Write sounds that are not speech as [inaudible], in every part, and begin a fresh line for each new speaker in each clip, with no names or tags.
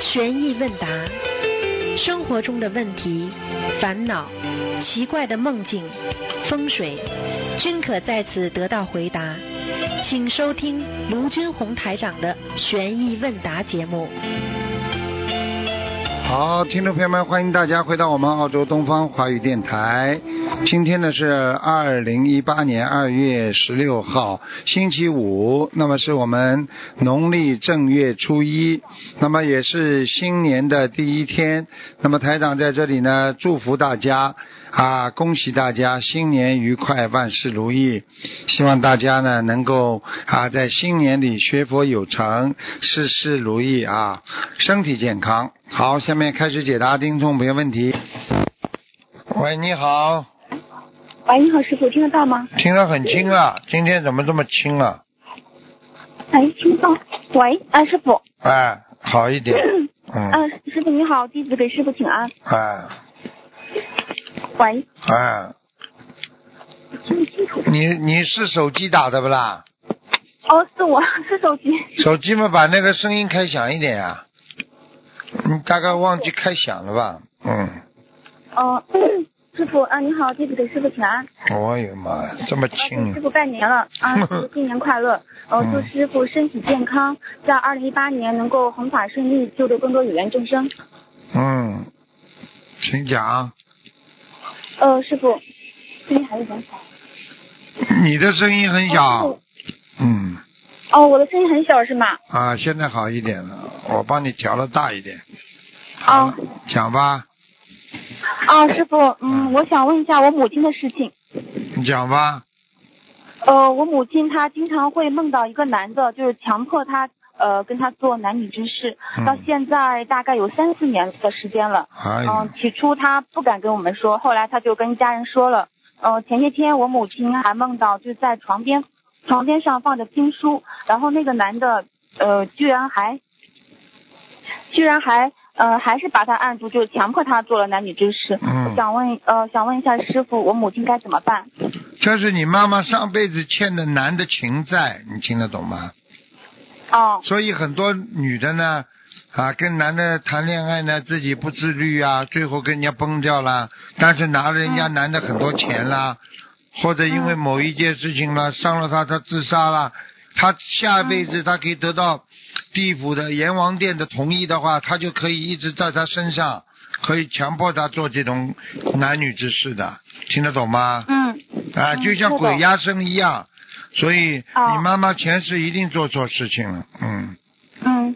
玄易问答，生活中的问题、烦恼、奇怪的梦境、风水，均可在此得到回答。请收听卢军红台长的玄易问答节目。
好，听众朋友们，欢迎大家回到我们澳洲东方华语电台。今天呢是二零一八年二月十六号，星期五，那么是我们农历正月初一，那么也是新年的第一天。那么台长在这里呢，祝福大家啊，恭喜大家新年愉快，万事如意。希望大家呢能够啊，在新年里学佛有成，事事如意啊，身体健康。好，下面开始解答听众朋友问题。喂，你好，
喂，你好，师傅，听得到吗？
听得很轻啊，今天怎么这么轻啊？
哎，听得到。喂，哎，师傅，
哎，好一点，
[clears throat]
嗯，
嗯，师傅你好，弟子给师傅请安。
哎
喂，
哎，
听不清楚。
你你是手机打的不啦？
哦，是我， [laughs] 是手机。
手机嘛，把那个声音开响一点啊。你大概忘记开响了吧？嗯，
哦， [clears throat] 师傅啊，你好，弟子给师傅请安。
我的哎妈呀，这么
啊给师
轻
傅拜年 [laughs] 了啊！师傅新年快乐！呃，祝师傅身体健康，在二零一八年能够弘法顺利，救度更多有缘众生。
嗯，请讲，
呃，师傅，声音还是很小。
你的声音很
哦
小，嗯，
师傅哦，我的声音很小是吗？
啊，现在好一点了，我帮你调了大一点。好
啊
了，讲吧，
啊，师傅，嗯，我想问一下我母亲的事情。
你讲吧，
呃，我母亲她经常会梦到一个男的，就是强迫她呃跟她做男女之事，
嗯
到现在大概有三四年的时间了。
哎
嗯、
呀，
起初她不敢跟我们说，后来她就跟家人说了。呃，前些天我母亲还梦到就在床边，床边上放着经书，然后那个男的呃居然还，居然还呃还是把她按住，就是强迫她做了男女之事。
嗯
我想问呃想问一下师傅，我母亲该怎么办？
这是你妈妈上辈子欠的男的情债，你听得懂吗？
哦
所以很多女的呢，啊，跟男的谈恋爱呢，自己不自律啊，最后跟人家崩掉啦，但是拿了人
嗯
家男的很多钱啦，或者因为某一件事情啦，伤了他，他自杀啦，他下辈子他可以得到地府的阎王殿的同意的话，他就可以一直在他身上，可以强迫他做这种男女之事的，听得懂吗？
嗯。
啊，
嗯
就像
是的
鬼压身一样，所以
哦
你妈妈前世一定做错事情了，嗯，
嗯，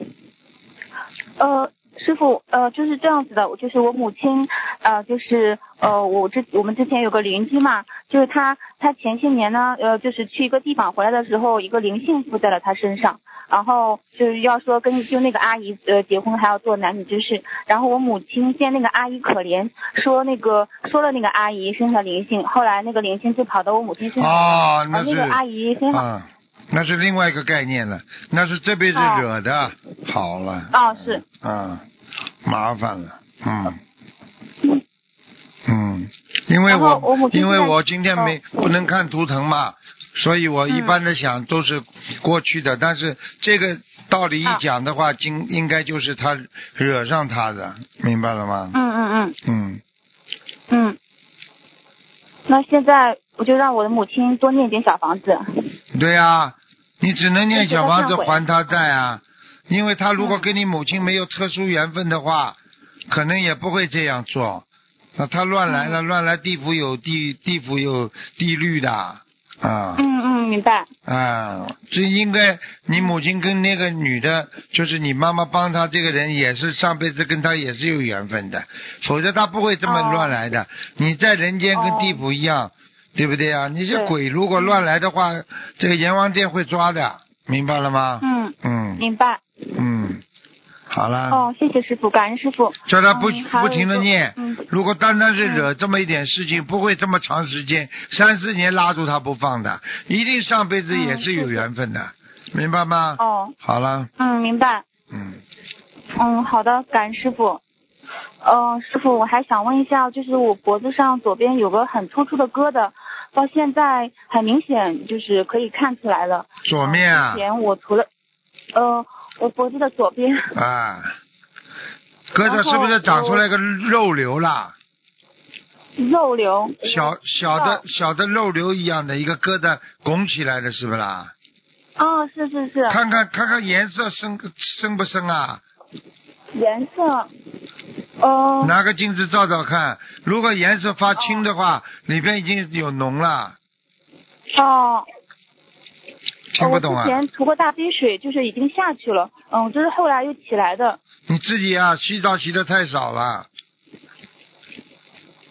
呃，师傅，呃，就是这样子的，我就是我母亲，呃，就是呃，我之我们之前有个邻居嘛，就是她，她前些年呢，呃，就是去一个地方回来的时候，一个灵性附在了她身上，然后就是要说跟就那个阿姨呃结婚还要做男女之事，然后我母亲见那个阿姨可怜，说那个说了那个阿姨身上灵性，后来那个灵性就跑到我母亲身上，
哦，
然
那
后啊那
是
个阿姨身上，
啊，那是另外一个概念了，那是这辈子
哦
惹的，好了，
啊是，
啊，麻烦了，嗯，嗯，因为
然后我母
我
亲
因为
现在哦
我今天没不能看图腾嘛，所以
嗯
我一般的想都是过去的，但是这个道理一
啊
讲的话，今应该就是他惹上他的，明白了吗？
嗯嗯嗯。
嗯。
嗯，那现在我就让我的母亲多念点小房子。
啊对呀、你只能念小房子
那就要忏悔
还他债啊，因为他如果跟你母亲没有特殊缘分的话，可能也不会这样做。那他乱来
嗯
了，乱来地府有地地府有地律的啊
嗯嗯，明白。
啊！这应该你母亲跟那个女的，就是你妈妈帮她这个人，也是上辈子跟她也是有缘分的，否则她不会这么
哦
乱来的。你在人间跟
哦
地府一样，对不对啊？你这
对
鬼如果乱来的话，这个阎王殿会抓的，明白了吗？
嗯，
嗯
明白。
嗯，好了，
哦，谢谢师傅，感恩师傅。
叫他不、
嗯还
不
有
停的
一个
念。
嗯
如果单单是惹这么一点事情，不会这么长时间，三四年拉住他不放的，一定上辈子也是有缘分的，明白吗？
嗯哦
好了，
嗯，明白。
嗯，
嗯，好的，感恩师傅。哦嗯、师傅，我还想问一下，就是我脖子上左边有个很突出的疙瘩，到现在很明显就是可以看出来了。
左面啊
之，前我除了，呃，我脖子的左边，
啊，疙瘩是不是长出来个肉瘤啦？
肉瘤。
小小
哦
的小的肉瘤一样的一个疙瘩拱起来的，是不啦？
哦，是是是，
看看看看颜色深深不深啊？
颜色，呃，
拿个镜子照照看，如果颜色发青的话，里边已经有脓了，
哦，
听不懂啊
我之？前涂过大冰水，就是已经下去了，嗯，就是后来又起来的，
你自己啊，洗澡洗的太少了，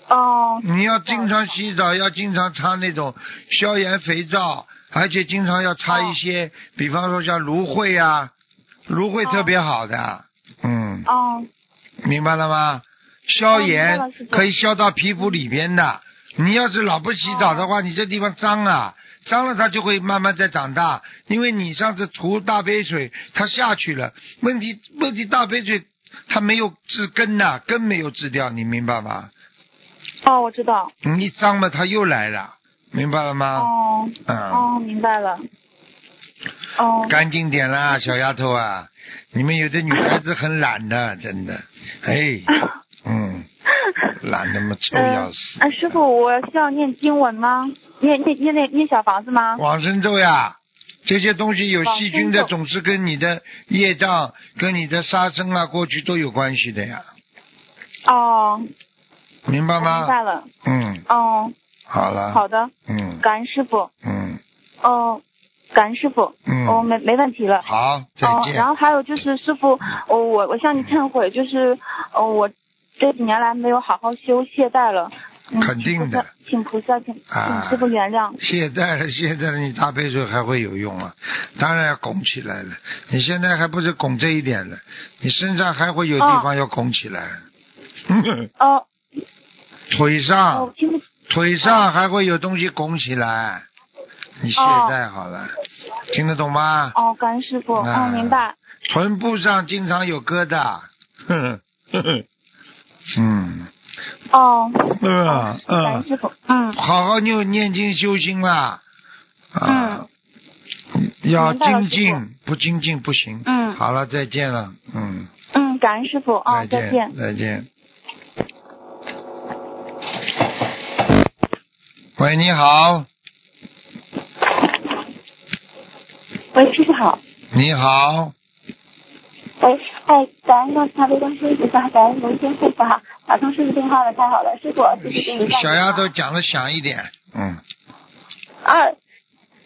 哦，
你要经常洗澡，要经常擦那种消炎肥皂，而且经常要擦一些，比方说像芦荟啊，芦荟特别好的，嗯，
哦，
明白了吗？消
哦明白
炎
了师傅
可以消到皮肤里边的，你要是老不洗澡的话，你这地方脏啊，脏了它就会慢慢再长大，因为你上次涂大杯水，它下去了，问题问题大杯水它没有治根呐、根没有治掉，你明白吗？
哦，我知道，
你一脏嘛，它又来了，明白了吗？
哦，
嗯，
哦，明白了，哦，
干净点啦，小丫头啊！你们有的女孩子很懒的，真的，哎，嗯，懒的嘛，臭要
嗯，
死。
啊，师傅，我需要念经文吗？念念念念念小房子吗？
往生咒呀，这些东西有细菌的，
啊往生咒
总是跟你的业障、跟你的杀生啊，过去都有关系的呀，
哦，
明白
我明
吗？
白了。
嗯，
哦，
好了，
好的，
嗯
感恩师傅。
嗯
哦，感恩师傅。哦，
嗯，
没没问题了。
好，再
哦，
见
然。后还有就是师傅，哦，我我向你忏悔，就是哦，我这几年来没有好好修，懈怠了。嗯、
肯定的
请菩萨，请菩萨，请
啊
请师傅原谅。
现在了，现在了，你大悲咒还会有用啊？当然要拱起来了。你现在还不是拱这一点了，你身上还会有地方要拱起来， [laughs]
哦，
腿上、
我听不
腿上还会有东西拱起来。你现在好了，听得懂吗？
哦，感恩师傅，
啊
哦，明白。
臀部上经常有疙瘩。 [laughs] 哼哼哼嗯
哦，
嗯
感恩
嗯，
师傅，嗯，
好好念念经修心啦。啊，要
嗯明白了
精
师
进，不精进不行。
嗯
好了，再见了，嗯，
嗯，感恩师傅，哦，再
再
见。
再见。喂，你好，
喂，师傅好。
你好，
喂，哎，感恩观世音菩观世音菩萨，感恩龙天护法，打通师傅电话了，太好了，师傅，谢谢给你
啊
小丫头讲的响一点，嗯，
二，啊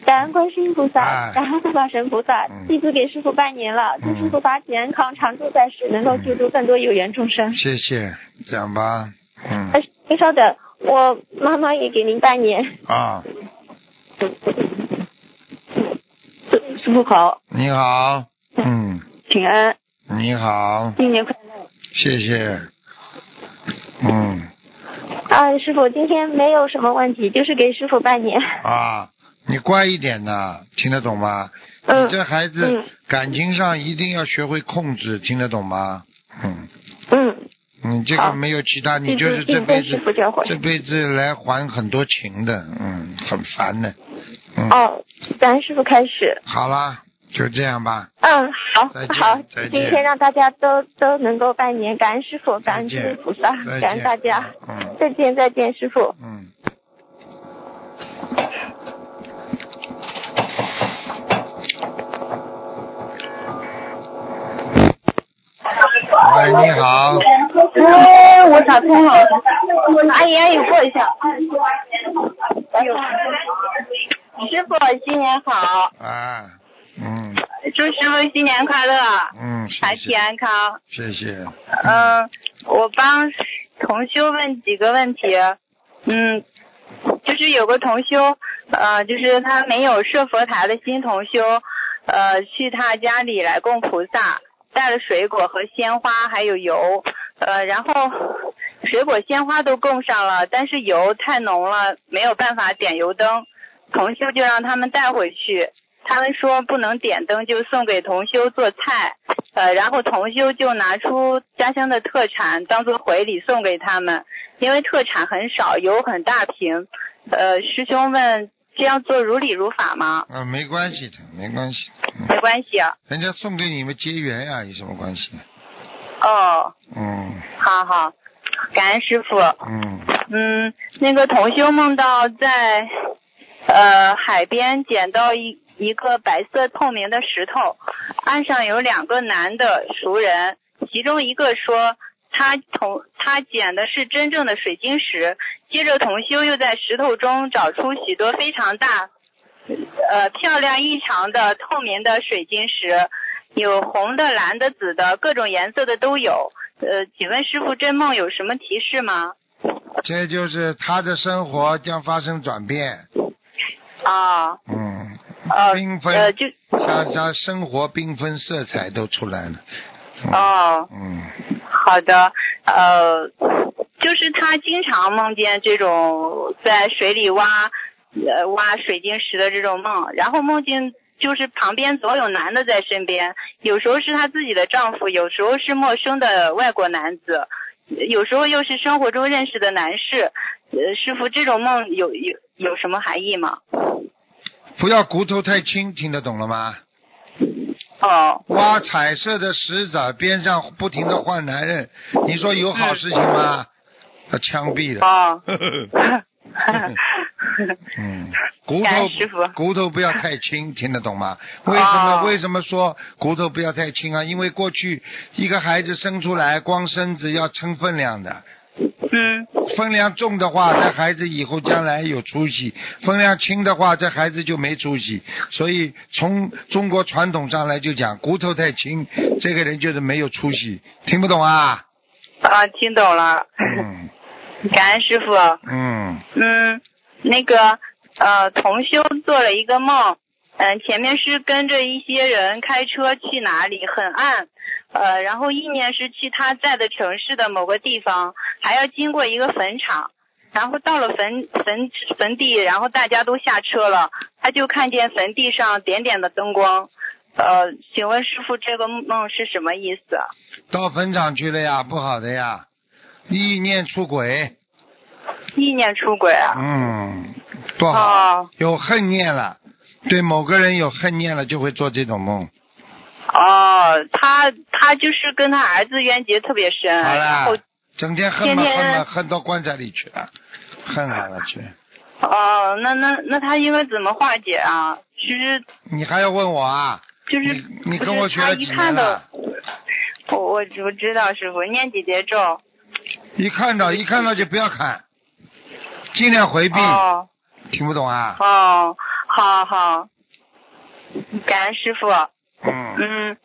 感恩观世音菩
哎
萨，感恩护法神菩萨
嗯，
弟子给师傅拜年了，祝师傅法体安康，常驻在世，能够救
嗯
助更多有缘众生。
谢谢，讲吧，嗯
哎，您稍等，我妈妈也给您拜年。
啊，
师傅好，
你好，嗯，
请安，
你好，
新年快乐。
谢谢，嗯
啊，师傅，今天没有什么问题，就是给师傅拜年。
啊，你乖一点呐，听得懂吗？
嗯
你这孩子
嗯
感情上一定要学会控制，听得懂吗？嗯，
嗯，
你这个
好
没有其他，你
弟
就
子
是这
谨
辈
遵
子
师傅教诲。
这辈子来还很多情的，嗯，很烦的，嗯，
哦，咱师傅开始。
好啦，就这样吧，
嗯，好
再见
好，
再见
今天让大家都都能够拜年，感恩师傅，感
再
恩
见
观世音菩萨，
再
感
见
恩大家，
嗯
再见再见，师傅。
嗯。喂，你好，
哎，我打通了，阿姨阿姨过一下。师傅新年好，
啊，嗯
祝师傅新年快乐，
嗯，谢
身体
谢，
安康。
谢谢，
嗯，我帮同修问几个问题。嗯，就是有个同修，呃，就是他没有设佛台的新同修，呃，去他家里来供菩萨，带了水果和鲜花，还有油，呃，然后水果鲜花都供上了，但是油太浓了，没有办法点油灯，同修就让他们带回去。他们说不能点灯，就送给同修做菜，呃，然后同修就拿出家乡的特产当做回礼送给他们，因为特产很少，油很大瓶，呃师兄问这样做如理如法吗？
啊，没关系的，没关系，
没关系啊。
人家送给你们结缘啊呀、有什么关系？
哦，
嗯
好好，感恩师傅。
嗯，
嗯，那个同修梦到在呃海边捡到一一个白色透明的石头，岸上有两个男的熟人，其中一个说他同他捡的是真正的水晶石，接着同修又在石头中找出许多非常大、呃漂亮异常的透明的水晶石，有红的、蓝的、紫的，各种颜色的都有。呃，请问师傅，真梦有什么提示吗？
这就是他的生活将发生转变，
啊，
嗯，
呃，
缤纷
呃，就
像他生活缤纷色彩都出来了，
哦，
嗯，
好的，呃，就是他经常梦见这种在水里挖，呃，挖水晶石的这种梦，然后梦见就是旁边总有男的在身边，有时候是她自己的丈夫，有时候是陌生的外国男子，有时候又是生活中认识的男士。呃，师傅，这种梦有有有什么含义吗？
不要骨头太轻，听得懂了吗？
哦，
挖彩色的石子边上不停的换男人，你说有好事情吗？要枪毙的。
哦，
[laughs]
[laughs]
嗯，骨
感恩师
头
父
骨头不要太轻，听得懂
[laughs]
吗？为什么、
哦
为什么说骨头不要太轻啊？因为过去一个孩子生出来光身子要称分量的，
嗯，
分量重的话，这孩子以后将来有出息；分量轻的话，这孩子就没出息。所以从中国传统上来就讲，骨头太轻，这个人就是没有出息。听不懂啊？
啊，听懂了，
嗯
感恩师傅。
嗯
嗯，那个呃，同修做了一个梦，嗯、前面是跟着一些人开车去哪里，很暗，呃，然后意念是去他在的城市的某个地方，还要经过一个坟场。然后到了坟坟坟地，然后大家都下车了，他就看见坟地上点点的灯光。呃，请问师傅，这个梦是什么意思啊？
到坟场去了呀，不好的呀，意念出轨，
意念出轨啊？
嗯，不好，
哦
有恨念了，对某个人有恨念了，就会做这种梦。
哦，他他就是跟他儿子冤结特别深，
好
然
啦
后，
整天恨吧
天天
恨吧，恨到棺材里去了，恨完了去。
哦，那那那他应该怎么化解啊？其实
你还要问我啊？
就是
你你跟我
不是
学
他
了几
一看
年
到
了？
我我我知道师傅念几节咒，
一看到一看到就不要看，尽量回避，
哦
听不懂啊？
哦，好好，感恩师傅，
嗯
嗯。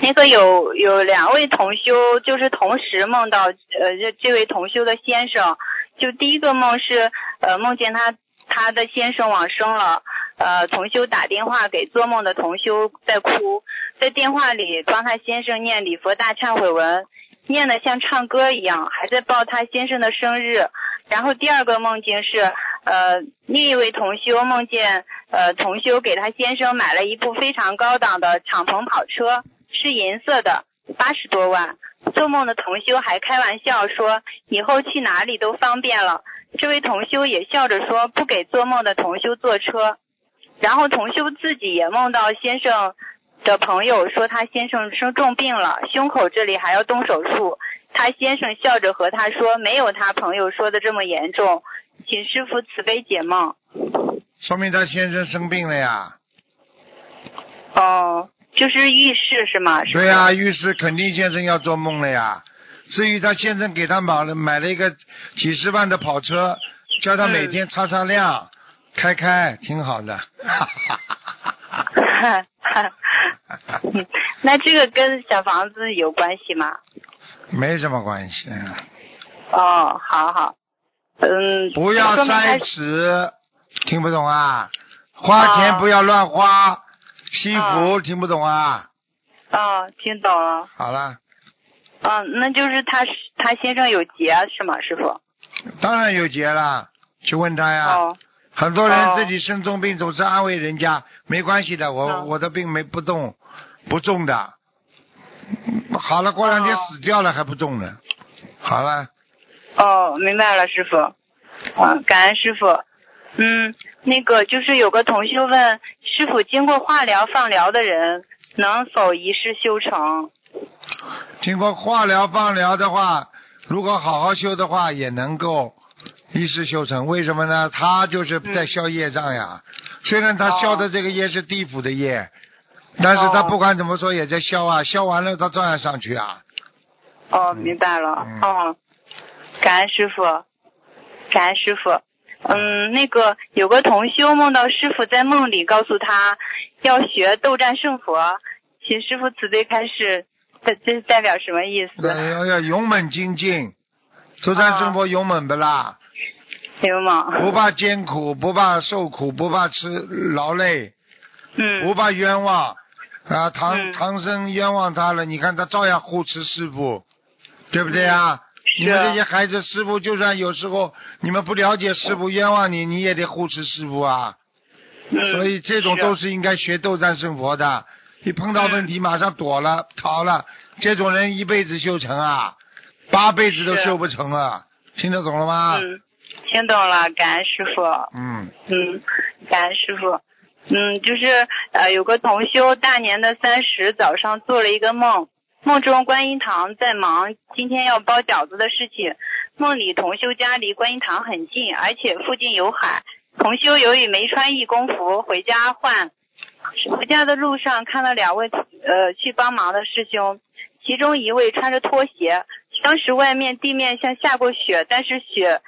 那个有有两位同修，就是同时梦到呃，这这位同修的先生，就第一个梦是呃梦见他他的先生往生了，呃同修打电话给做梦的同修在哭，在电话里帮他先生念礼佛大忏悔文，念的像唱歌一样，还在报他先生的生日。然后第二个梦境是，呃，另一位同修梦见，呃，同修给他先生买了一部非常高档的敞篷跑车，是银色的，八十多万。做梦的同修还开玩笑说，以后去哪里都方便了。这位同修也笑着说，不给做梦的同修坐车。然后同修自己也梦到先生的朋友说他先生生重病了，胸口这里还要动手术。他先生笑着和他说，没有他朋友说的这么严重，请师傅慈悲解梦。
说明他先生生病了呀。
哦，就是浴室是吗？是不啊
对
是
呀、于是肯定先生要做梦了呀。至于他先生给他买了买了一个几十万的跑车，叫他每天擦擦亮，开开，挺好的。 [laughs]
嗯 [laughs] 那这个跟小房子有关系吗？
没什么关系，啊
哦，好好，嗯，
不要
说明他
塞纸，听不懂啊？花钱
哦
不要乱花，西服
哦
听不懂啊？
哦，听懂了，
好了，
嗯，那就是他是他先生有劫是吗，师傅？
当然有劫了，去问他呀。
哦，
很多人
哦
自己生重病总是安慰人家，没关系的，我、
嗯
我的病没不动，不重的。嗯好了，过两天
哦
死掉了还不重呢。好了，
哦，明白了，师傅。嗯，感恩师傅。嗯，那个就是有个同修问师傅，经过化疗、放疗的人能否一世修成？
经过化疗、放疗的话，如果好好修的话，也能够一世修成。为什么呢？他就是在消业障呀。虽然他消的这个业是地府的业，但是他
哦
不管怎么说也在消啊，消完了他照样上去啊。
哦，明白了。
嗯
哦，感恩师傅，感恩师傅。嗯，那个有个同修梦到师傅在梦里告诉他要学斗战胜佛，请师傅慈悲开示，这这代表什么意
对
思？
要要勇猛精进，斗战胜佛勇猛不啦？
明白
不
吗？
怕艰苦，不怕受苦，不怕吃劳累，不
嗯，
怕冤枉啊！唐
嗯
唐僧冤枉他了，你看他照样护持师傅，对不对啊？你们这些
是
孩子，师傅就算有时候你们不了解师傅冤枉你，你也得护持师傅啊。
嗯，
所以这种
是嗯
都是应该学斗战胜佛的。一碰到问题马上躲了、逃了，这种人一辈子修成啊，八辈子都
是
修不成啊。听得懂了吗？
嗯，听懂了，感恩师傅。
嗯
嗯，感恩师傅。嗯，就是呃，有个同修大年的三十早上做了一个梦，梦中观音堂在忙今天要包饺子的事情。梦里同修家离观音堂很近，而且附近有海。同修由于没穿义工服回家换，回家的路上看到两位呃去帮忙的师兄，其中一位穿着拖鞋。当时外面地面像下过雪，但是雪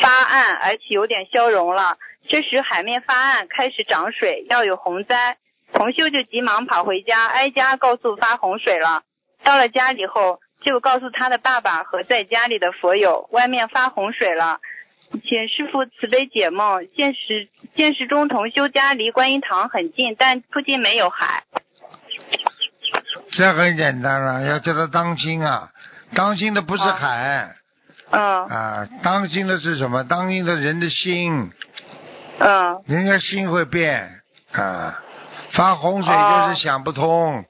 发暗，而且有点消融了。这时海面发暗，开始涨水，要有洪灾。同修就急忙跑回家，挨家告诉发洪水了。到了家里后，就告诉他的爸爸和在家里的佛友，外面发洪水了，请师傅慈悲解梦。现实现实中，同修家离观音堂很近，但附近没有海。
这很简单了、要叫他当心啊，当心的不是
啊
海
嗯
啊，当心的是什么？当心的人的心，
嗯
人家心会变啊。发洪水
哦
就是想不通，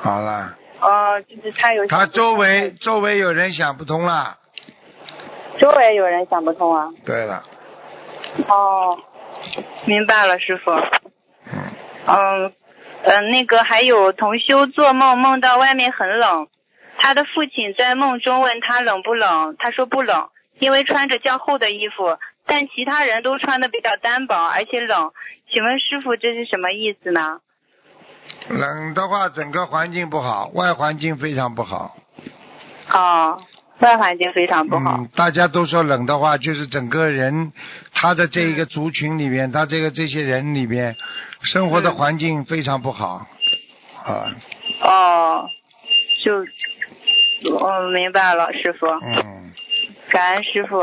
好了。
哦，就是他有
他周围周围有人想不通了。
周围有人想不通啊。
对了，
哦，明白了，师傅。
嗯，
嗯，呃，那个还有同修做梦梦到外面很冷，他的父亲在梦中问他冷不冷，他说不冷，因为穿着较厚的衣服，但其他人都穿的比较单薄，而且冷。请问师傅这是什么意思呢？
冷的话，整个环境不好，外环境非常不好。
哦，外环境非常不好。
嗯，大家都说冷的话，就是整个人他的这一个族群里面，他这个这些人里面，生活的
嗯
环境非常不好。啊，
哦，就，我明白了，师傅。
嗯，
感恩师傅。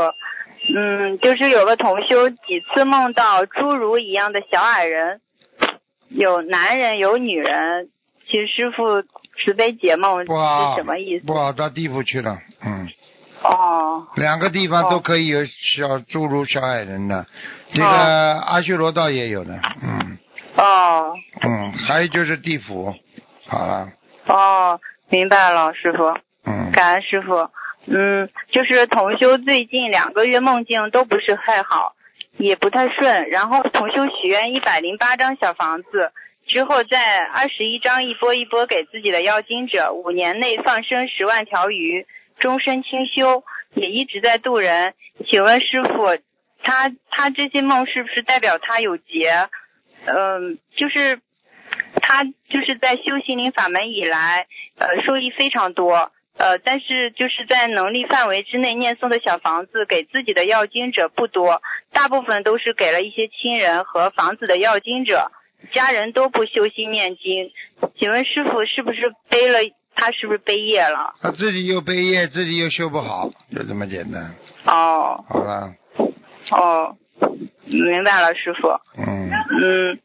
嗯，就是有个同修几次梦到侏儒一样的小矮人，有男人有女人，请师傅慈悲解梦
不好
是什么意思？
不好到地府去了。嗯，
哦，
两个地方
哦
都可以有小侏儒、小矮人的，这个
哦
阿修罗道也有的。嗯
哦，
嗯，还有就是地府，好了。
哦，明白了，师傅。
嗯，
感恩师傅。嗯，就是同修最近两个月梦境都不是太好，也不太顺。然后同修许愿一百零八张小房子，之后在二十一张一波一波给自己的要经者，五年内放生十万条鱼，终身清修，也一直在渡人。请问师傅，他他这些梦是不是代表他有劫？嗯，就是他就是在修心灵法门以来，呃，受益非常多。呃，但是就是在能力范围之内念诵的小房子，给自己的要经者不多，大部分都是给了一些亲人和房子的要经者，家人都不修心念经。请问师傅是不是背了？他是不是背业了？
他啊自己又背业，自己又修不好，就这么简单。
哦
好了，
哦，明白了，师傅。
嗯，
嗯，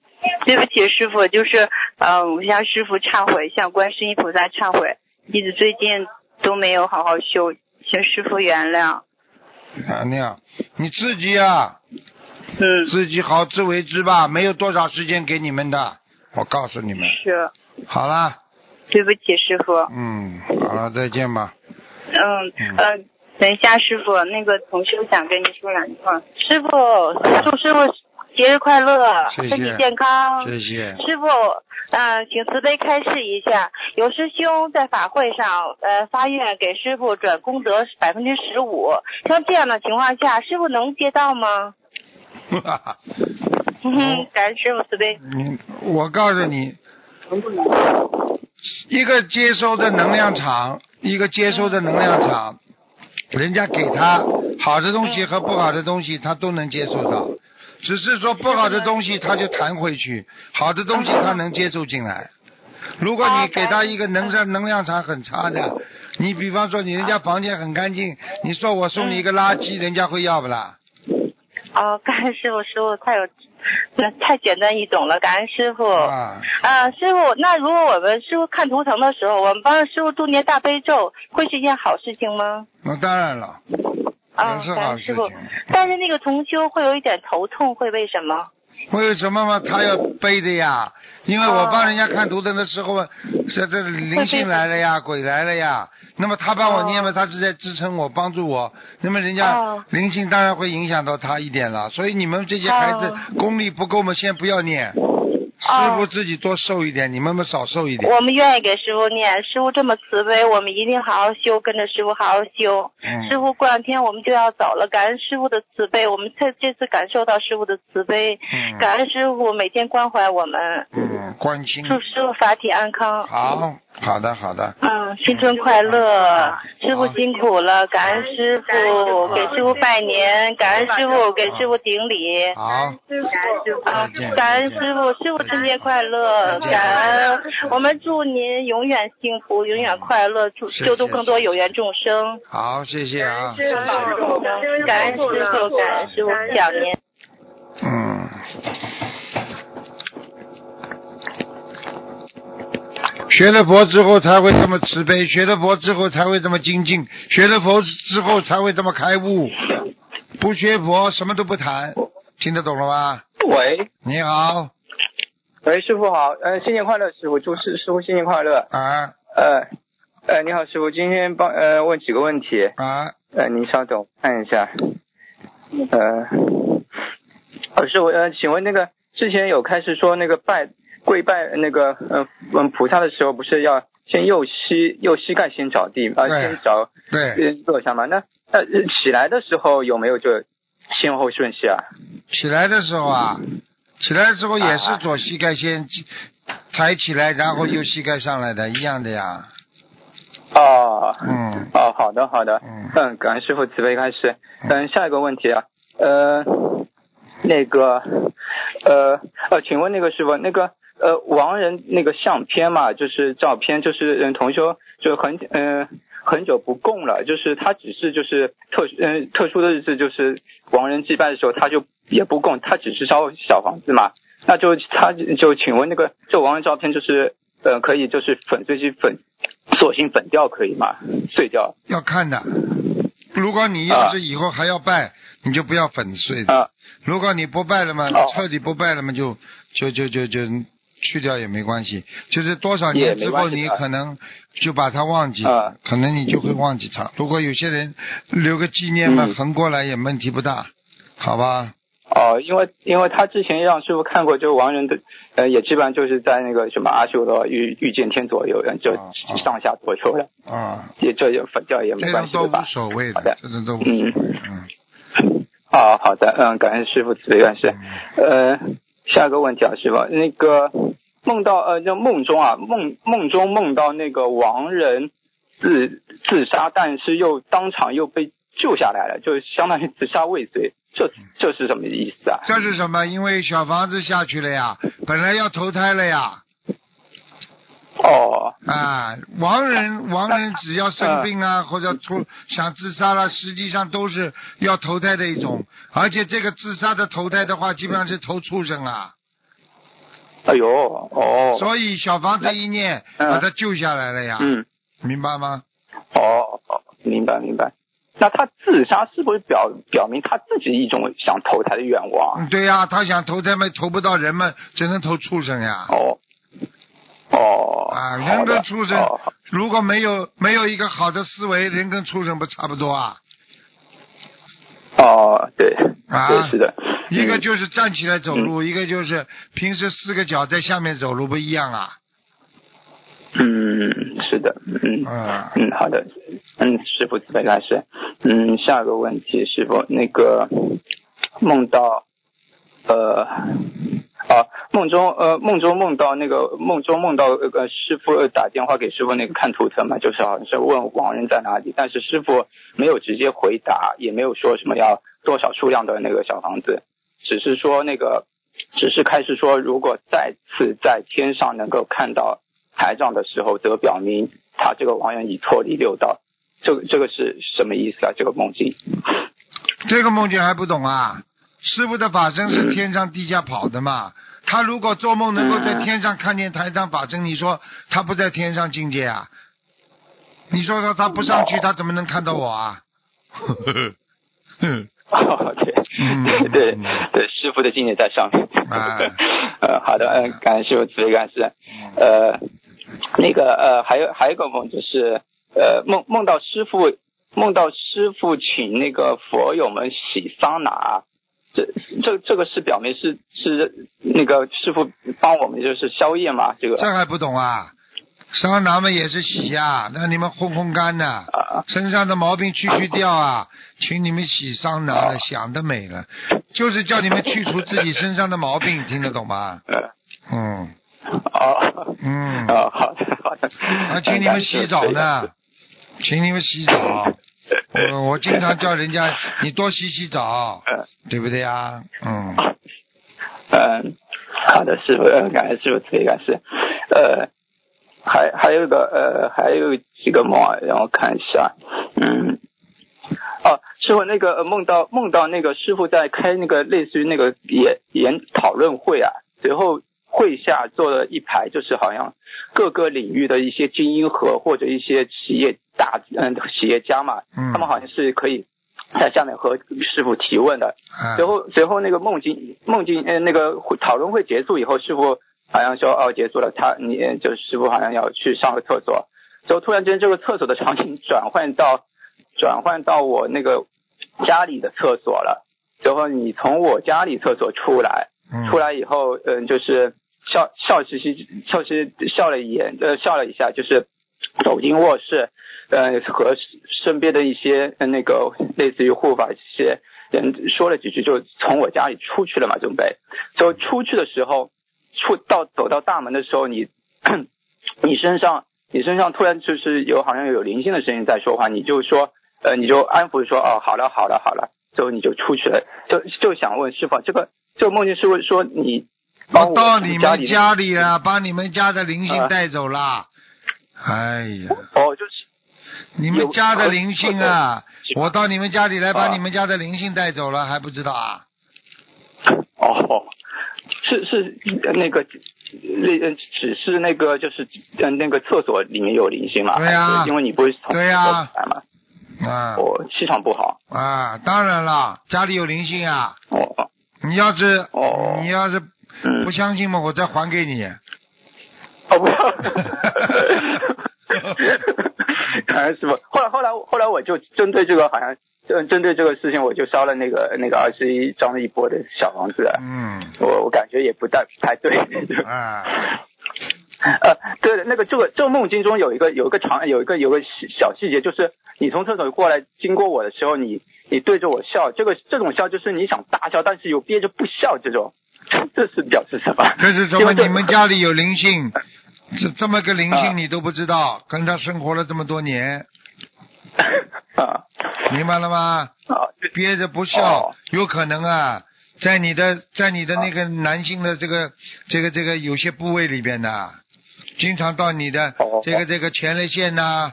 对不起，师傅，就是呃，我向师傅忏悔，向观世音菩萨忏悔，弟子最近都没有好好修，请师傅原谅。
娘娘，啊你自己啊，
嗯，
自己好自为之吧，没有多少时间给你们的，我告诉你们。
是，
好了，
对不起，师傅。
嗯，好了，再见吧。
嗯
嗯
呃，等一下，师傅，那个同修想跟您说两句话。师傅，祝师傅节日快乐，
谢谢
身体健康。
谢谢。 [laughs]
师傅，呃，请慈悲开示一下，有师兄在法会上，呃，发愿给师傅转功德百分之十五，像这样的情况下，师傅能接到吗？嗯哼， [laughs] 感恩师傅慈悲。
你，嗯我告诉你，一个接收的能量场，一个接收的能量场，人家给他好的东西和不好的东西，他都能接受到。只是说不好的东西他就弹回去，好的东西他能接受进来。如果你给他一个能量能量场很差的，你比方说你人家房间很干净，你说我送你一个垃圾，人家会要不啦？
哦，感恩师傅，师傅太有，那太简单易懂了，感恩师傅。
啊，
啊，师傅，那如果我们师傅看图腾的时候，我们帮师傅助念大悲咒，会是一件好事情吗？
那当然了，
啊
也，是
感
好
恩
事
师
情
傅。。但是那个同修会有一点头痛，会为什么？
为什么嘛？他要背的呀，因为我
哦
帮人家看图腾的时候，这这灵性来了呀，鬼来了呀。那么他帮我念嘛，他是在支撑我、帮助我。那么人家
哦
灵性当然会影响到他一点了。所以你们这些孩子
哦
功力不够嘛，先不要念，师傅自己多受一点，你们嘛少受一点。
我们愿意给师傅念，师傅这么慈悲，我们一定好好修，跟着师傅好好修。
嗯
师傅过两天我们就要走了，感恩师傅的慈悲，我们这这次感受到师傅的慈悲，
嗯
感恩师傅每天关怀我们，
嗯，关心。
祝师傅法体安康。
好，好的，好的。
嗯，新春快乐，师傅辛苦
啊
了，感恩师傅，给师傅拜年，感恩师傅给师傅顶礼。
好，
啊
再见，
感恩师傅，师傅春节快乐，
再见
感恩，我们祝您永远幸福，永远快乐，祝
谢谢
救度更多有缘众生。
好，谢谢啊，谢谢。
感恩师傅，感恩师傅，感恩师傅想您。
嗯，学了佛之后才会这么慈悲，学了佛之后才会这么精进，学了佛之后才会这么开悟。不学佛什么都不谈，听得懂了吗？
喂，
你好，
喂，师傅好，呃，新年快乐，师傅，祝师师傅新年快乐。
啊
呃，呃，你好，师傅，今天帮呃问几个问题，
啊，
呃，您稍等，看一下。呃，呃，师傅，呃，请问那个之前有开始说那个拜跪拜那个嗯嗯、菩萨的时候，不是要先右膝右膝盖先着地，呃，
对
先着
对，
先坐下嘛？那那、呃起来的时候有没有就先后顺序啊？
起来的时候啊，起来的时候也是左膝盖先抬起来，然后右膝盖上来的，一样的呀。
哦，
嗯
哦，好的好的，
嗯
嗯，感恩师傅慈悲开示。嗯，下一个问题啊，呃，那个，呃，呃，请问那个师傅，那个呃，亡人那个相片嘛，就是照片，就是嗯，同修就很嗯、很久不供了，就是他只是就是特嗯、特殊的日子，就是亡人祭拜的时候，他就也不供，他只是烧小房子嘛。那就他就请问那个这亡人照片就是呃可以就是粉碎机粉，索性粉掉可以吗？碎掉
要看的。如果你要是以后还要拜，你就不要粉碎的。
啊
如果你不拜了嘛，
哦
彻底不拜了嘛，就就就就就去掉也没关系。就是多少
也
年
没
之后，
关系的
你可能就把它忘记，
啊
可能你就会忘记它。如果有些人留个纪念嘛，
嗯
横过来也问题不大，好吧？
哦，因为因为他之前让师傅看过，就亡人的呃也基本上就是在那个什么阿修罗遇遇见天左右，呃就
啊啊
上下左右了，
啊，
也这也粉掉也没
这
关
种
系
都
对
无
吧？
所谓
好的
这种都无所谓。嗯，
啊，好的，嗯，感恩师傅慈悲开
嗯
示。呃，下一个问题啊，师傅，那个梦到呃，那梦中啊，梦梦中梦到那个亡人自自杀，但是又当场又被救下来了，就相当于自杀未遂，这这是什么意思啊？
这是什么？因为小房子下去了呀，本来要投胎了呀。
哦，
啊，亡人亡人只要生病啊，或者突想自杀了，实际上都是要投胎的一种，而且这个自杀的投胎的话，基本上是投畜生啊，
哎呦，哦，
所以小房子一念
嗯
把他救下来了呀，
嗯，
明白吗？
哦，哦明白明白。那他自杀是不是表表明他自己一种想投胎的愿望啊？
嗯，对呀、他想投胎嘛，投不到人嘛，只能投畜生呀。
哦，哦，
啊，
好
人
的
跟畜生
哦
如果没有没有一个好的思维，人跟畜生不差不多啊？
哦，对，
啊
对，是的，
一个
嗯
就是站起来走路，一个就是平时四个脚在下面走路不一样啊。
嗯，是的，嗯。
啊，
嗯，好的，嗯，师傅慈悲开始。嗯，下个问题，师傅，那个梦到，呃，啊，梦中呃，梦中梦到那个梦中梦到呃，师傅呃打电话给师傅那个看图腾嘛，就是好像是问亡人在哪里，但是师傅没有直接回答，也没有说什么要多少数量的那个小房子，只是说那个，只是开始说，如果再次在天上能够看到台长的时候，则表明他这个亡人已脱离六道。这个这个是什么意思啊？这个梦境？ [laughs]
这个梦境还不懂啊？师傅的法身是
嗯
天上地下跑的嘛？他如果做梦能够在
嗯
天上看见台上法身，你说他不在天上境界啊？你说说他不上去，
哦
他怎么能看到我啊？ [laughs] 呵呵呵嗯
哦，对
嗯，
对对，师傅的境界在上面。
啊
[laughs] 呃，好的，嗯，感恩师傅慈悲感恩。呃，那个呃，还有还有一个梦就是，呃，梦梦到师傅梦到师傅请那个佛友们洗桑拿，这这这个是表明是是那个师傅帮我们就是宵夜嘛，这个
这还不懂啊？桑拿嘛也是洗呀、让你们烘烘干呐、
啊
身上的毛病去去掉啊，请你们洗桑拿了，
哦
想得美了，就是叫你们去除自己身上的毛病，听得懂吗？
呃
嗯
哦
嗯，
哦好的好的， [laughs]
还啊请你们洗澡呢，请你们洗
[laughs]
澡。我我经常叫人家你多洗洗澡，
[laughs] 嗯
对不对啊？嗯，
嗯，好的，师傅，呃感谢师傅，可以感谢。呃，还还有一个呃，还有几个梦啊，让我看一下。嗯，哦，师傅，那个呃梦到梦到那个师傅在开那个类似于那个研研讨论会啊，随后会下坐了一排，就是好像各个领域的一些精英和或者一些企业大嗯企业家嘛，
嗯
他们好像是可以在下面和师傅提问的。
啊
随后随后那个梦境梦境呃那个会讨论会结束以后，师傅好像说哦结束了，他你呃就是师傅好像要去上个厕所，之后突然间这个厕所的场景转换到转换到我那个家里的厕所了，随后你从我家里厕所出来，
嗯
出来以后嗯就是笑笑嘻嘻笑嘻笑了一眼呃笑了一下就是。走进卧室，呃，和身边的一些呃那个类似于护法一些人说了几句，就从我家里出去了嘛，准备。就出去的时候，出到走到大门的时候，你你身上你身上突然就是有好像有灵性的声音在说话，你就说呃你就安抚说哦好了好了好了，最后你就出去了，就就想问师傅这个这个梦境是不是说你帮
哦我到你
家
们
里
家里了，把你们家的灵性
啊
带走了。哎呀，
哦就是
你们家的灵性啊！
有
我到你们家里来，把
啊
你们家的灵性带走了，还不知道啊？
哦，是是呃那个，那呃只是那个就是呃那个厕所里面有灵性嘛？
对呀
还是因为你不是从
对呀
厕所出来嘛，
啊
我气场不好。
啊！当然了，家里有灵性啊！
哦，
你要是
哦
你要是
嗯
不，相信嘛，我再还给你。
哦
[laughs]
不要，感恩师傅。后来后来后来我就针对这个好像。针针对这个事情，我就烧了那个那个二十一张一波的小房子，啊 [laughs]
嗯
我我感觉也不太不太对。
啊
呃，对的，那个这个这个梦境中有一个有一个长有一个有个细小细节，就是你从厕所过来经过我的时候，你你对着我笑，这个这种笑就是你想大笑，但是又憋着不笑这种，这是表示什么？
这是什
因
么？
为这
你们家里有灵性，这这么个灵
啊
性你都不知道，跟他生活了这么多年，
[laughs] 啊
明白了吗？
啊
憋着不笑，
哦啊
有可能啊，在你的在你的那个男性的这个这个这个有些部位里边呢、经常到你的
哦
这个这个前列腺呐、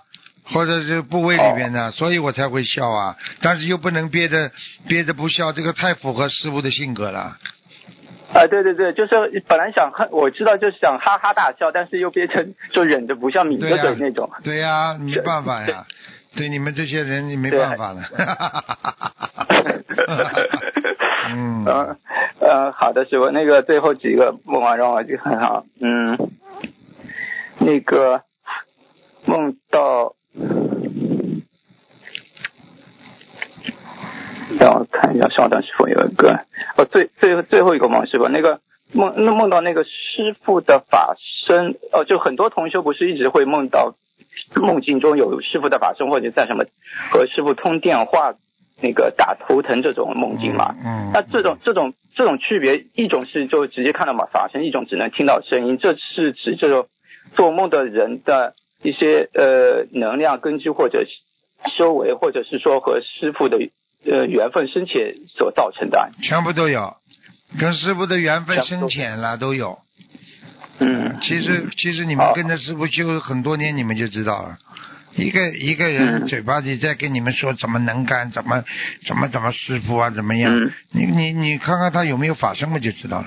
或者是部位里边
哦
呢、所以我才会笑啊，但是又不能憋着憋着不笑，这个太符合师傅的性格了。
啊！对对对，就是本来想哈，我知道就是想哈哈大笑，但是又憋成就忍着不笑，抿
对
着
呀、
嘴那
[laughs]
种。
对呀、没办法呀，对你们这些人你没
对
办法的。 [laughs] 嗯
呃呃，好的，师傅，那个最后几个梦啊，让我去看哈，嗯，那个梦到，让我看一下，稍等，师傅有一个，哦，最最最后一个梦师傅，那个梦那梦到那个师傅的法身，哦，就很多同修不是一直会梦到梦境中有师傅的法身，或者在什么和师傅通电话，那个打头疼这种梦境嘛？
嗯，
那这种这种这种区别，一种是就直接看到嘛法身，一种只能听到声音，这是指这种做梦的人的一些呃能量根基或者修为，或者是说和师傅的呃缘分深浅所造成的。
全部都有，跟师傅的缘分
全部
深
都
浅了都有。
嗯，
其实其实你们
好
跟着师傅修很多年，你们就知道了。一个一个人
嗯
嘴巴里在跟你们说怎么能干，怎么怎么怎么师傅啊，怎么样？
嗯
你你你看看他有没有法身嘛，就知道了。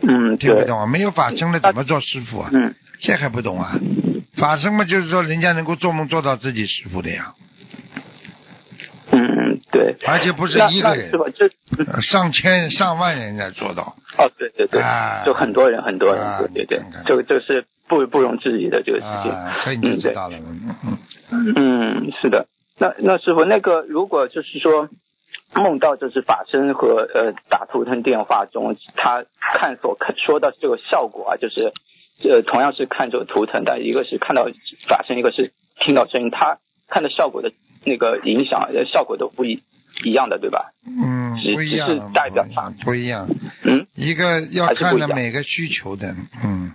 嗯，
听不
对，
懂啊？没有法身了，怎么做师傅啊？
嗯
这还不懂啊？法身嘛，就是说人家能够做梦做到自己师傅的呀，
嗯对。
而且不是
那
一个
那
人
是，吧？这嗯
呃上千上万人在做到。
哦，对对对
啊，
就很多人很多
啊
人，对对对
你看看，
这个这是不不容置疑的这个事情。
啊，所以你就知道了。嗯嗯，
嗯，是的。那那师傅，那个如果就是说梦到就是法身和呃打图腾电话中，他看所看说的这个效果啊，就是呃同样是看这个图腾，但一个是看到法身，一个是听到声音，他看的效果的那个影响呃效果都不一一样的，对吧？
嗯，
只
不一样
只是代表他
不一样，
嗯
一个要
还是不
看
一
的
样
每个需求的，嗯，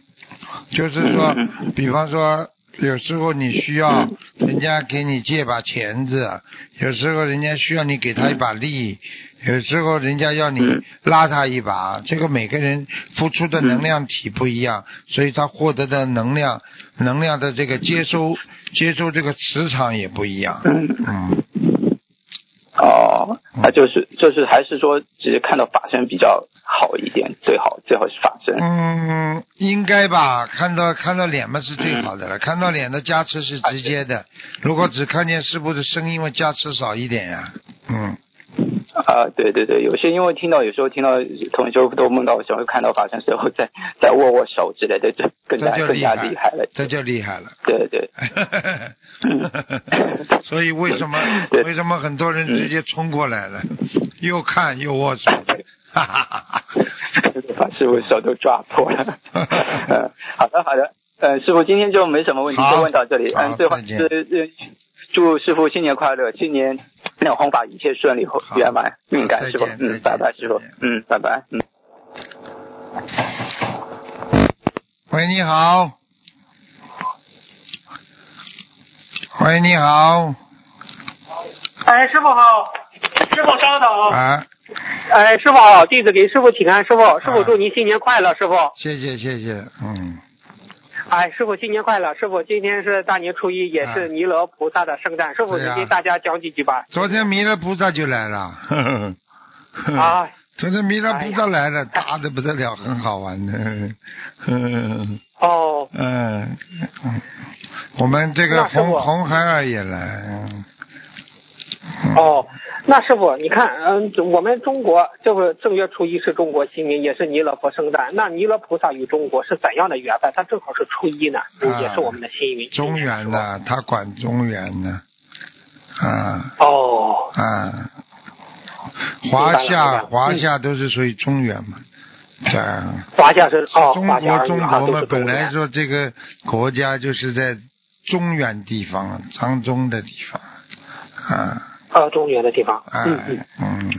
就是说
嗯嗯，
比方说。有时候你需要
嗯
人家给你借把钳子，有时候人家需要你给他一把力，有时候人家要你
嗯
拉他一把。这个每个人付出的能量体不一
嗯
样，所以他获得的能量、能量的这个接收、接收这个磁场也不一样。
嗯。
嗯，
哦，那就是就是还是说，只是看到法身比较好一点，最好最好是法身。
嗯，应该吧。看到看到脸嘛是最好
嗯
的了，看到脸的加持是直接的。如果只看见师傅的声音嘛，加持少一点呀、嗯，
啊，对对对，有些因为听到有时候听到同学都梦到，有时候看到发生时候再再握握手之类的，这更
这
加
就
更
厉害
加厉害了。
这就厉害了。
对对，
[laughs] 所以为什么
对
为什么很多人直接冲过来了，又看又握手，哈哈哈哈！
把师傅手都抓破
[laughs]
了。嗯，好的好的，呃，师傅今天就没什么问题，
好
就问到这里。
好
嗯，最后
再见
是呃祝师傅新年快乐，新年那弘法一切顺利
好
圆满。嗯，感
再
谢师傅，
见再
嗯，
见
拜拜师傅
再见，
嗯，拜拜，嗯。
喂，你好。喂，你好。
哎，师傅好，师傅稍等。啊。
啊，
哎，师傅好，弟子给师傅请安，师傅，师傅祝您新年快乐，师傅。
谢谢谢谢，嗯，
哎，师傅新年快乐，师傅今天是大年初一，也
啊
是弥勒菩萨的圣诞，师傅
对
您
呀
给大家讲几句吧。
昨天弥勒菩萨就来了，呵呵呵
啊，
[laughs] 昨天弥勒菩萨来了，大的不得了，很好玩的，呵呵
哦，
嗯，我们这个
那是
红
我
红孩儿也来，嗯
哦，那师傅，你看，嗯，我们中国这不正月初一是中国新年，也是弥勒佛圣诞，那弥勒菩萨与中国是怎样的缘分？他正好是初一呢，
啊
也是我们的新年。
中原
呢？
的，他管中原的，啊
哦，
啊，
明白
华
了
夏
明白了
华
嗯
夏都是属于中原嘛，对啊。
华夏是哦，
中
华夏
国
儿女
中
啊
国
都
嘛
是，
本
中
来
原
说这个国家就是在中原地方，张中的地方，啊，
呃中原的地方。
哎
嗯嗯，
嗯，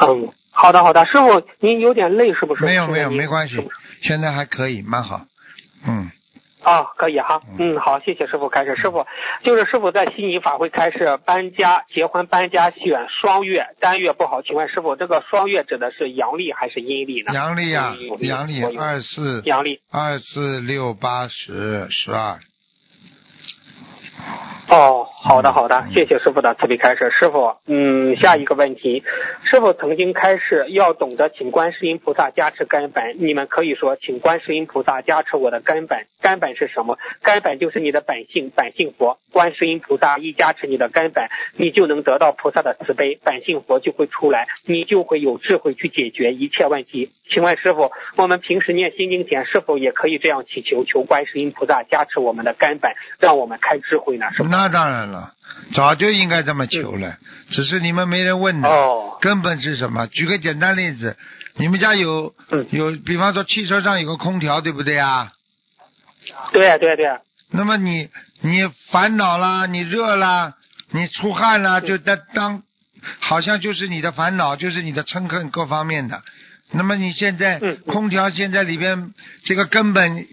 嗯，好的好的，师傅您有点累是不是？
没有
师傅
没有
您
没关系，现在还可以，蛮好，嗯，
啊，可以哈。嗯，好，谢谢师傅。开始，师傅就是师傅在悉尼法会开始搬家、结婚、搬家选双月，单月不好，请问师傅这个双月指的是阳历还是阴历呢？
阳历啊
嗯，
阳历
我有
二四
阳历
二四六八十十二，
哦，好的
嗯
好的，谢谢师傅的特别开示。师傅，嗯，下一个问题，师傅曾经开示要懂得请观世音菩萨加持根本，你们可以说请观世音菩萨加持我的根本，根本是什么？根本就是你的本性，本性佛。观世音菩萨一加持你的根本，你就能得到菩萨的慈悲，本性佛就会出来，你就会有智慧去解决一切问题。请问师傅，我们平时念心经前是否也可以这样祈求，求观世音菩萨加持我们的根本，让我们开智慧呢？是吧？
那当然了，早就应该这么求了，只是你们没人问呢。
哦，
根本是什么？举个简单例子，你们家有
嗯
有，比方说汽车上有个空调，对不对啊？
对啊对对，
那么你你烦恼啦，你热啦，你出汗啦，
嗯
就在当，好像就是你的烦恼，就是你的嗔恨各方面的。那么你现在、
嗯嗯
空调现在里边这个根本，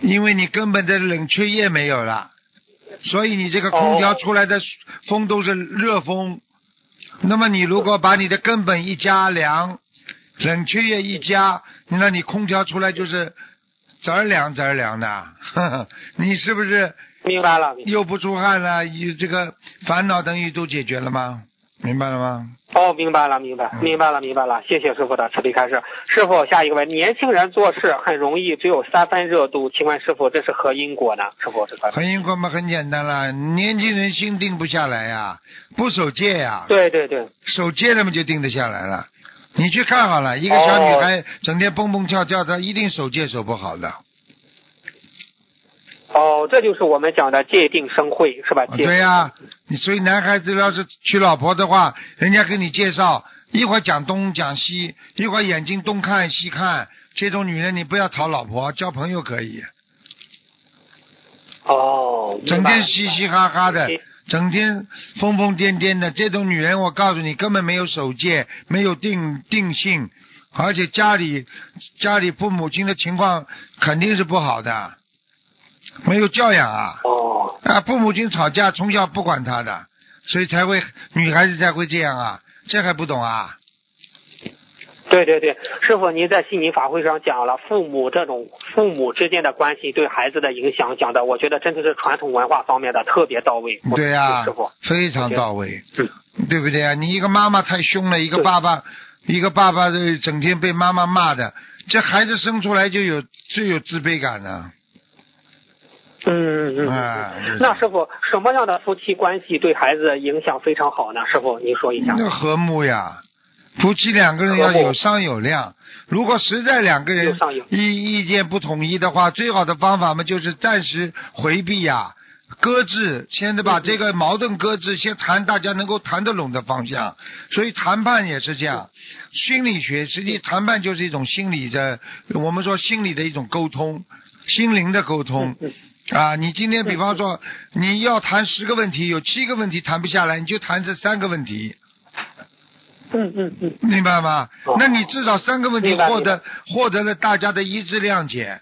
因为你根本的冷却液没有了，所以你这个空调
哦
出来的风都是热风。那么你如果把你的根本一加凉，冷却液一加，那你空调出来就是滋儿凉滋儿凉的， [laughs] 呵呵你是不是
明白了。
又不出汗了？有这个烦恼等于都解决了吗？明白了吗？
哦，明白了，明白，
嗯
明白了，明白了，谢谢师傅的慈悲开示。师傅，下一个问题，年轻人做事很容易只有三分热度，请问师傅这是何因果呢？师傅，这个
很因果嘛，很简单啦，年轻人心定不下来呀、不守戒呀、
对对对，
守戒了嘛就定得下来了。你去看好了，一个小女孩整天蹦蹦跳跳，她一定守戒守不好的。
哦，这就是我们讲的界定生慧是吧？
啊
戒
对呀、你所以男孩子要是娶老婆的话，人家给你介绍，一会儿讲东讲西，一会儿眼睛东看西看，这种女人你不要讨老婆，交朋友可以，
哦，
整
明白
天
了
嘻嘻哈哈的
明白，
整天疯疯癫癫的，这种女人我告诉你根本没有守戒，没有定定性，而且家里家里父母亲的情况肯定是不好的，没有教养啊。
哦，
啊，父母亲吵架，从小不管他的，所以才会女孩子才会这样啊，这还不懂啊？
对对对，师傅您在悉尼法会上讲了父母这种父母之间的关系对孩子的影响，讲的我觉得真的是传统文化方面的特别到位。我
对呀、
师傅，
非常到位
对，
对不对啊？你一个妈妈太凶了，一个
对
爸爸，一个爸爸呃整天被妈妈骂的，这孩子生出来就有就有自卑感呢、
嗯嗯嗯。
啊
嗯
就是
那师傅，什么样的夫妻关系对孩子影响非常好呢？师傅，您说一下。
那和睦呀，夫妻两个人要
和睦
有商有量。如果实在两个人
有商有
意意见不统一的话，最好的方法嘛就是暂时回避呀，搁置，现在把
嗯
这个矛盾搁置，先谈大家能够谈得拢的方向。所以谈判也是这样，心理学实际谈判就是一种心理的，我们说心理的一种沟通，心灵的沟通。
嗯
啊，你今天比方说你要谈十个问题，有七个问题谈不下来，你就谈这三个问题，
嗯嗯嗯。
明白吗
哦？
那你至少三个问题
明白
获得获得了大家的一致谅解，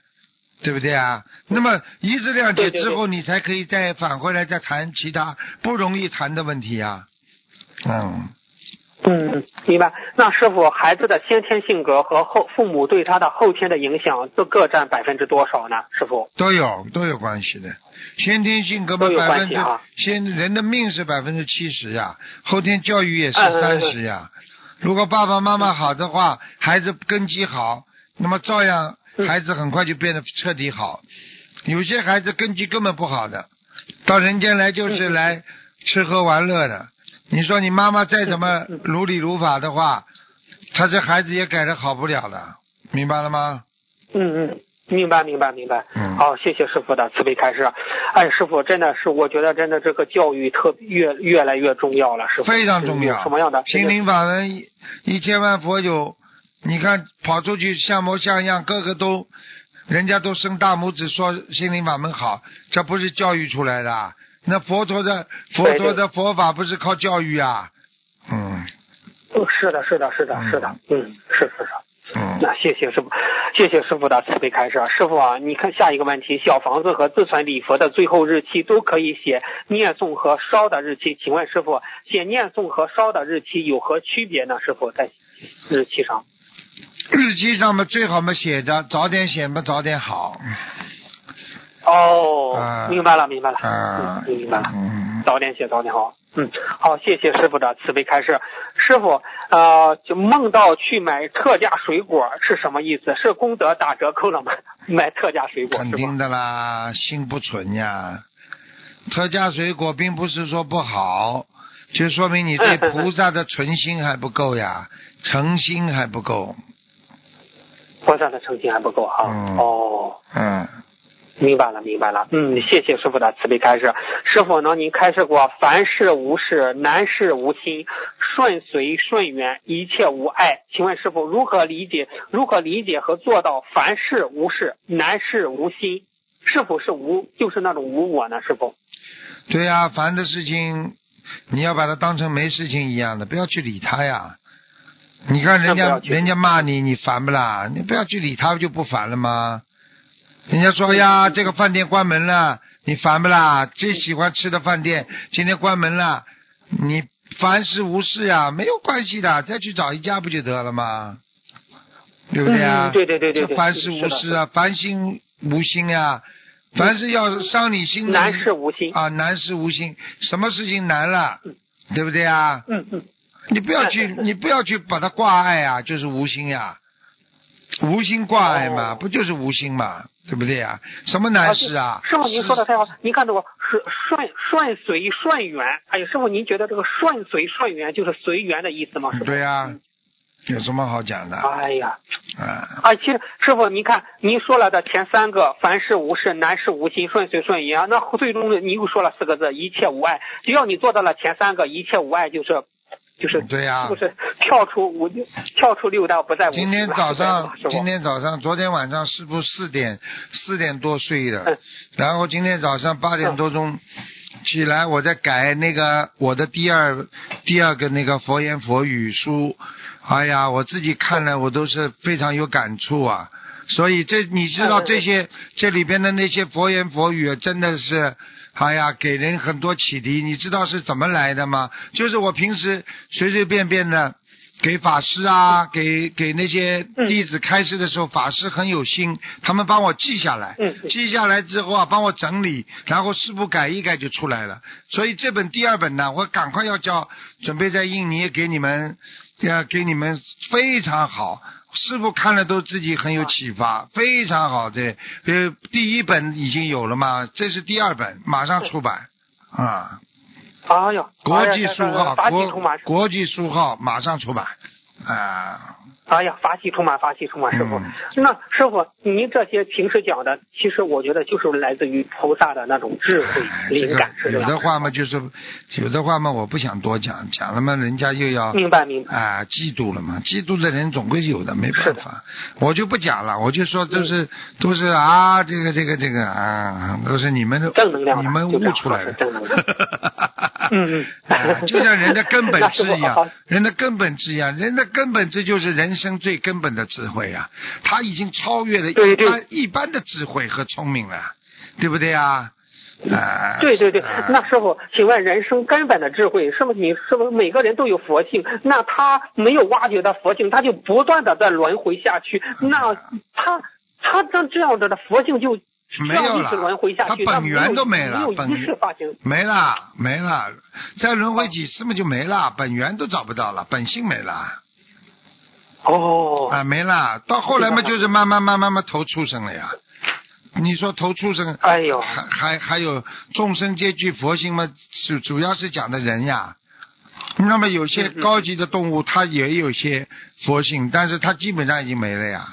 对不对啊？那么一致谅解
对对
之后，你才可以再返回来再谈其他不容易谈的问题啊。嗯，
嗯，明白。那师傅，孩子的先天性格和后父母对他的后天的影响，这各占百分之多少呢？师傅？
都有都有关系的，先天性格嘛
都有
百
关
分之
系啊
先人的命是百分之七十呀，后天教育也是
嗯嗯
三
嗯
十呀。如果爸爸妈妈好的话，孩子根基好，那么照样
嗯
孩子很快就变得彻底好。有些孩子根基根本不好的，到人间来就是
嗯嗯
来吃喝玩乐的。你说你妈妈再怎么
嗯嗯
如理如法的话，他这孩子也改的好不了的，明白了吗？
嗯嗯，明白明白明白。
嗯
好，谢谢师傅的慈悲开示。哎，师傅真的是，我觉得真的这个教育特别越越来越重要了，师傅嗯
非常重要
有什么样的
心灵法门一一千万佛友，你看跑出去像模像样，个个都人家都伸大拇指说心灵法门好，这不是教育出来的啊。那佛陀的佛
对
陀
对
的佛法不是靠教育啊？嗯
呃是的，是的，是的，
嗯
是的，嗯，是是是。
嗯，
那谢谢师傅，谢谢师傅的慈悲开示。师傅啊，你看下一个问题，小房子和自存礼佛的最后日期都可以写念诵和烧的日期，请问师傅，写念诵和烧的日期有何区别呢？师傅在日期上。
日期上面最好嘛写着，早点写嘛早点好
哦，
啊
明白了，明白了，
啊。
嗯，明白了。
嗯，
早点写，早点好。嗯，好，谢谢师傅的慈悲开示。师傅，呃，就梦到去买特价水果是什么意思？是功德打折扣了吗？ [laughs] 买特价水果
肯
是吗？
定的啦，心不纯呀。特价水果并不是说不好，就说明你对
嗯嗯嗯
菩萨的存心还不够呀，诚心还不够。
观上的成绩还不够啊。
嗯
哦，
嗯，
明白了，明白了。嗯，谢谢师傅的慈悲开示。师傅呢，您开示过凡事无事，难事无心，顺随顺缘，一切无碍。请问师傅如何理解？如何理解和做到凡事无事，难事无心？是否是无，就是那种无我呢？师傅？
对呀、烦的事情你要把它当成没事情一样的，不要去理它呀。你看人
那不
家
要去
人家骂你，你烦不啦？你不要去理他，就不烦了吗？人家说哎
嗯
呀，这个饭店关门了，你烦不啦？最喜欢吃的饭店今天关门了，你凡事无事呀，没有关系的，再去找一家不就得了吗？对不对啊？
嗯对对对对
这
对
凡事
是
无
的嗯
事啊，烦心无心啊，凡事要伤你心的。
难事无心。
啊，难事无心，什么事情难了，对不对啊？
嗯嗯，
你不要去，
是是是
你不要去把它挂碍啊，就是无心呀、无心挂碍嘛，
哦
不就是无心嘛，对不对呀、什么难事啊？
师傅，您
是
说的太好了，您看这个顺顺顺随顺缘，哎呀，师傅，您觉得这个顺随顺缘就是随缘的意思吗？师傅
对呀、有什么好讲的
哎呀，
啊？
啊，其实师傅，您看您说了的前三个，凡事无事，难事无心，顺随顺缘。那最终呢，你又说了四个字，一切无碍。只要你做到了前三个，一切无碍，就是就是
对啊呀、
就是跳出五跳出六道，不在五。
今天早上
是吧，
今天早上，昨天晚上师傅四点四点多睡的
嗯，
然后今天早上八点多钟起来，我在改那个我的第二第二个那个佛言佛语书，哎呀，我自己看了我都是非常有感触啊。所以这你知道
嗯嗯嗯
这些这里边的那些佛言佛语啊真的是，哎呀，给人很多启迪。你知道是怎么来的吗？就是我平时随随便便的给法师啊，给给那些弟子开示的时候，法师很有心，他们帮我记下来，
嗯嗯
记下来之后啊，帮我整理，然后师傅改一改就出来了。所以这本第二本呢，我赶快要交，准备在印尼给你们，要给你们非常好。师傅看了都自己很有启发，非常好。这呃第一本已经有了嘛，这是第二本，马上出版啊、
哎呀，
国际书号，
法喜充
国
满，
国际书号马上出版啊。
哎呀，法喜充满，法喜充满，师傅。
嗯
那师傅，您这些平时讲的，其实我觉得就是来自于菩萨的那种智慧
哎、这
灵
个
感，是
有
吧
的话嘛，就是有的话嘛，我不想多讲，讲了嘛，人家又要
明白明白。
啊嫉妒了嘛，嫉妒的人总归有的，没
是
办
的嗯
法，我就不讲了，我就说都是、都是啊，这个这个这个啊，都是你们的
正能量的
你们悟出来的
就这样说是正，
[laughs]
嗯嗯
啊就像人的根本
[laughs] 那师
智
傅
一样
好好，
人的根本智一样，人的根本智就是人生最根本的智慧啊，他已经超越了一般
对对
一般的智慧和聪明了，对不对啊？啊，
对对对，
啊
那师傅，请问人生根本的智慧，是不是你是不是每个人都有佛性？那他没有挖掘到佛性，他就不断的在轮回下去。
哎
那他他这这样子的佛性就
没有
这样一直轮
了
回，下
他
去，
本源都
没
没了
有，没
本
有一世发生。
没了，没了，再轮回几次嘛就没了，本源都找不到了，本性没了
哦，
啊，没了。到后来嘛，
明白了
就是慢慢慢慢慢投畜生了呀。你说投畜生，
哎呦，
还还还有众生皆具佛性嘛，主主要是讲的人呀。那么有些
嗯嗯
高级的动物，它也有些佛性，但是它基本上已经没了呀。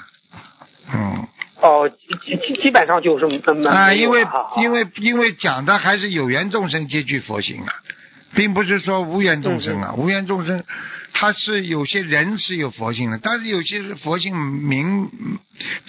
嗯。
哦，基基基本上就是嗯
啊，
没有
因为
了哈
因为因为讲的还是有缘众生皆具佛性啊，并不是说无缘众生啊，
嗯
无缘众生他是有些人是有佛性的，但是有些是佛性明